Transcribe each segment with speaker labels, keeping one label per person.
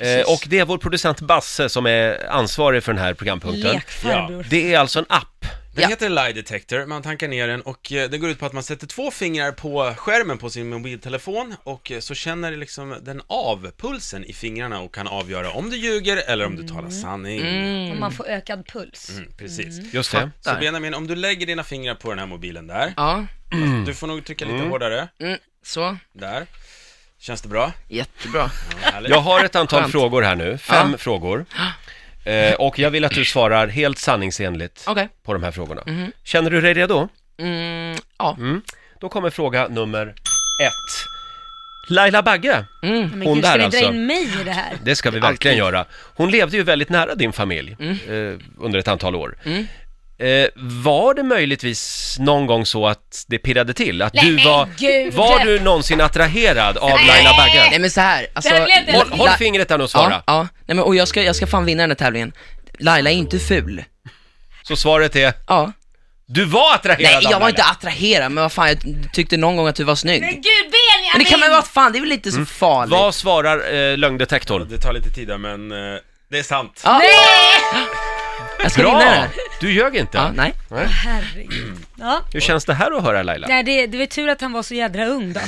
Speaker 1: Eh, och det är vår producent Basse som är ansvarig för den här programpunkten.
Speaker 2: Lekfarbror.
Speaker 1: Det är alltså en app.
Speaker 3: Den
Speaker 2: Ja.
Speaker 3: heter Lie Detector, man tankar ner den och eh, den går ut på att man sätter två fingrar på skärmen på sin mobiltelefon och eh, så känner liksom den av pulsen i fingrarna och kan avgöra om du ljuger eller om du talar sanning.
Speaker 4: Mm.
Speaker 2: Och man får ökad puls.
Speaker 3: Mm, precis.
Speaker 1: Just det.
Speaker 3: Så Benjamin, om du lägger dina fingrar på den här mobilen där,
Speaker 4: Ja,
Speaker 3: du får nog trycka lite hårdare,
Speaker 4: mm, så.
Speaker 3: där. Känns det bra?
Speaker 4: Jättebra.
Speaker 3: Härligt.
Speaker 1: Jag har ett antal
Speaker 4: Skönt.
Speaker 1: frågor här nu, fem
Speaker 4: Ja.
Speaker 1: frågor. Eh, och jag vill att du svarar helt sanningsenligt
Speaker 4: Okej. Mhm.
Speaker 1: på de här frågorna. Känner du dig redo?
Speaker 4: Mm, ja.
Speaker 1: Då kommer fråga nummer ett. Laila Bagge,
Speaker 2: Men
Speaker 1: Hon
Speaker 2: gud,
Speaker 1: där
Speaker 2: ska vi
Speaker 1: alltså.
Speaker 2: dra in mig i det här?
Speaker 1: det ska vi verkligen göra. Hon levde ju väldigt nära din familj
Speaker 4: Mm.
Speaker 1: eh, under ett antal år. Eh, var det möjligtvis någon gång så att det pirrade till? Att
Speaker 2: Nej,
Speaker 1: du
Speaker 2: men
Speaker 1: var,
Speaker 2: gud!
Speaker 1: var du någonsin attraherad av Laila Bagge?
Speaker 4: Nej men så här, alltså...
Speaker 2: Tävlingen!
Speaker 1: Håll, håll
Speaker 4: La-
Speaker 1: fingret där nu och
Speaker 4: Ja,
Speaker 1: svara.
Speaker 4: ja. Nej men och jag ska, jag ska fan vinna den här tävlingen. Laila är inte ful.
Speaker 1: Så svaret är,
Speaker 4: Ja.
Speaker 1: du var attraherad
Speaker 4: Nej
Speaker 1: av
Speaker 4: jag
Speaker 1: Laila.
Speaker 4: var inte attraherad, men vad fan jag tyckte någon gång att du var snygg.
Speaker 2: Men
Speaker 4: Men
Speaker 2: gud, Benjamin!
Speaker 4: det kan man väl vara, fan det är väl inte så farligt.
Speaker 1: Vad svarar eh, lögndetektorn?
Speaker 3: Det tar lite tid där, men eh, det är sant.
Speaker 4: Ja,
Speaker 2: Nej!
Speaker 4: jag ska vinna den
Speaker 1: Bra!
Speaker 4: här.
Speaker 1: Du ljög inte.
Speaker 4: Ja, nej.
Speaker 2: Herregud. Ja.
Speaker 1: Hur känns det här att höra Laila?
Speaker 2: Nej, det, det var tur att han var så jädra ung då.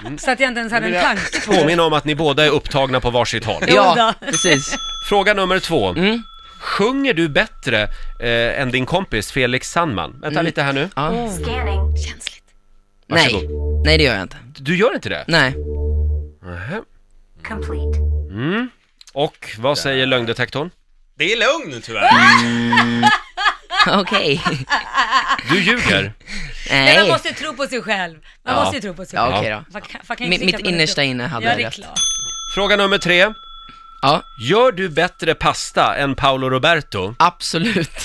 Speaker 4: Mm.
Speaker 2: Så att jag inte ens hade en tanke på det.
Speaker 1: Påminna om att ni båda är upptagna på varsitt håll.
Speaker 2: Jo
Speaker 4: Ja,
Speaker 2: då.
Speaker 4: precis.
Speaker 1: Fråga nummer två.
Speaker 4: Mm.
Speaker 1: Sjunger du bättre eh, än din kompis Felix Sandman? Vänta lite här nu.
Speaker 4: Ja.
Speaker 2: Mm.
Speaker 5: Scanning.
Speaker 4: Nej. Nej det gör jag inte.
Speaker 1: Du gör inte det?
Speaker 4: Nej.
Speaker 1: Nähä.
Speaker 5: Complete.
Speaker 1: Och vad säger lögndetektorn?
Speaker 3: Det är lugn
Speaker 4: Ah!
Speaker 3: tyvärr.
Speaker 4: Okej.
Speaker 1: Du ljuger.
Speaker 2: Nej, man
Speaker 4: Nej.
Speaker 2: måste tro på sig själv. Man
Speaker 1: Ja.
Speaker 2: måste ju tro på sig själv.
Speaker 4: Ja okej då.
Speaker 2: Fan, kan- fan, kan jag
Speaker 4: Mitt,
Speaker 2: inte
Speaker 4: mitt
Speaker 2: sitta på det
Speaker 4: innersta
Speaker 2: stället?
Speaker 4: inne hade
Speaker 2: Ja,
Speaker 4: jag
Speaker 2: det är
Speaker 4: rätt.
Speaker 2: klart.
Speaker 1: Fråga nummer tre.
Speaker 4: Ja,
Speaker 1: Gör du bättre pasta än Paolo Roberto?
Speaker 4: absolut.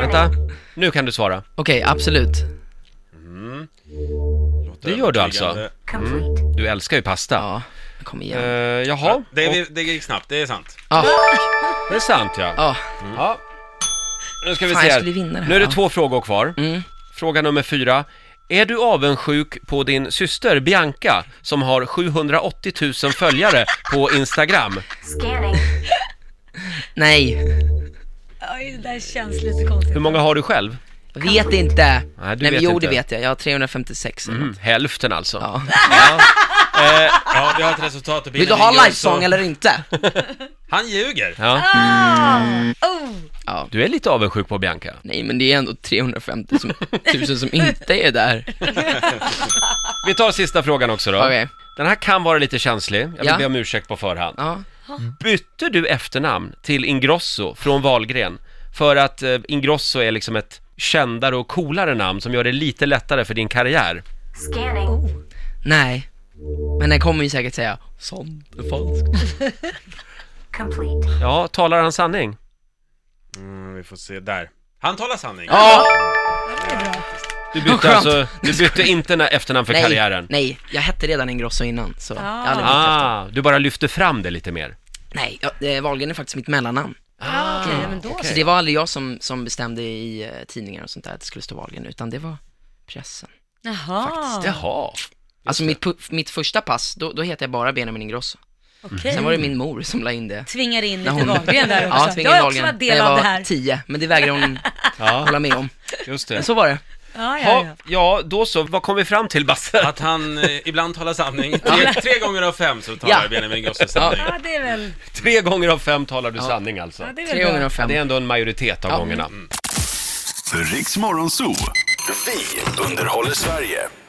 Speaker 1: Vänta, nu kan du svara.
Speaker 4: Okej, absolut.
Speaker 1: Det
Speaker 3: Låter
Speaker 1: gör du
Speaker 3: övertygande.
Speaker 1: alltså.
Speaker 5: Complete.
Speaker 1: Du älskar ju pasta.
Speaker 4: Ja, kom
Speaker 1: Eh,
Speaker 4: igen.
Speaker 1: jaha,
Speaker 3: Det, är, det gick snabbt, det är sant.
Speaker 4: Ja,
Speaker 1: det är sant ja.
Speaker 4: ja.
Speaker 1: Ja. Nu ska vi
Speaker 4: Fan,
Speaker 1: se
Speaker 4: jag
Speaker 1: här.
Speaker 4: skulle vinna det här.
Speaker 1: Nu är det
Speaker 4: Ja. Mm.
Speaker 1: två frågor kvar. Fråga nummer fyra. Är du avundsjuk på din syster Bianca som har 780 000 följare på Instagram?
Speaker 5: Scanning.
Speaker 4: Nej,
Speaker 2: Oj, det där känns lite konstigt.
Speaker 4: Mm.
Speaker 1: Hur många har du själv?
Speaker 4: jag vet inte.
Speaker 1: Nej, du
Speaker 4: men
Speaker 1: vet inte.
Speaker 4: jo,
Speaker 1: Mm.
Speaker 4: det vet jag. Jag har 356 eller något.
Speaker 1: Hälften alltså.
Speaker 4: Ja.
Speaker 3: Ja, vi har ett resultat och bilen
Speaker 4: Vill du ha
Speaker 3: ringer
Speaker 4: livesång
Speaker 3: också.
Speaker 4: eller inte?
Speaker 3: Han ljuger!
Speaker 1: Ja.
Speaker 2: Oh,
Speaker 4: Ja.
Speaker 1: Du är lite avundsjuk på Bianca.
Speaker 4: Nej, men det är ändå 350 som, tusen som inte är där.
Speaker 1: Vi tar sista frågan också då.
Speaker 4: Okej.
Speaker 1: Den här kan vara lite känslig. Jag vill
Speaker 4: Ja.
Speaker 1: be om ursäkt på förhand.
Speaker 4: Ja.
Speaker 1: Bytte du efternamn till Ingrosso från Wahlgren för att eh, Ingrosso är liksom ett kändare och coolare namn som gör det lite lättare för din karriär?
Speaker 2: oh,
Speaker 5: Scanning.
Speaker 4: Nej. Men den kommer ju säkert säga sånt är falskt.
Speaker 5: Complete.
Speaker 1: Ja, talar han sanning?
Speaker 3: Mm, vi får se, där. Han talar sanning.
Speaker 4: Ja!
Speaker 1: Du bytte
Speaker 4: skönt.
Speaker 1: alltså, du bytte inte na- efternamn för
Speaker 4: Nej,
Speaker 1: karriären?
Speaker 4: nej, jag hette redan Ingrosso innan så jag har aldrig bytt efter.
Speaker 1: Ah, du bara lyfte fram det lite mer.
Speaker 4: Nej, jag, eh, Wahlgren är faktiskt mitt mellannamn.
Speaker 2: ah, okej, men då
Speaker 4: Så det var aldrig jag som, som bestämde i eh, tidningar och sånt där att det skulle stå Wahlgren, utan det var pressen.
Speaker 2: Jaha,
Speaker 1: Jaha.
Speaker 4: Alltså mitt, pu- mitt första pass, då, då hette jag bara Benjamin Ingrosso.
Speaker 2: okej.
Speaker 4: Sen var
Speaker 1: Mm.
Speaker 4: det min mor som la in det.
Speaker 2: Tvingar in
Speaker 4: När
Speaker 2: lite Wahlgren där
Speaker 4: ja,
Speaker 2: också.
Speaker 4: tvingade
Speaker 2: jag har
Speaker 4: in
Speaker 2: också
Speaker 4: Wahlgren
Speaker 2: varit
Speaker 4: när
Speaker 2: del
Speaker 4: jag
Speaker 2: av det
Speaker 4: var
Speaker 2: här.
Speaker 4: tio, men det vägrar hon hålla med om.
Speaker 1: Just
Speaker 4: Men
Speaker 1: det.
Speaker 4: så var det.
Speaker 2: Ja, ja,
Speaker 1: Ja,
Speaker 2: ja.
Speaker 1: ja, då så. Vad kom vi fram till, Basse?
Speaker 3: Att han eh, ibland talar sanning. Tre, tre gånger av fem så talar
Speaker 4: Ja.
Speaker 3: Benjamin Ingrosso sanning.
Speaker 2: ja, det är väl...
Speaker 1: Tre gånger av fem talar du sanning alltså.
Speaker 2: Ja, det är väl
Speaker 4: Tre
Speaker 2: bra.
Speaker 4: gånger av
Speaker 1: Ja,
Speaker 4: fem.
Speaker 1: det är ändå en majoritet av
Speaker 4: Ja.
Speaker 1: gångerna.
Speaker 6: Riks Morgonzoo. Vi underhåller Sverige.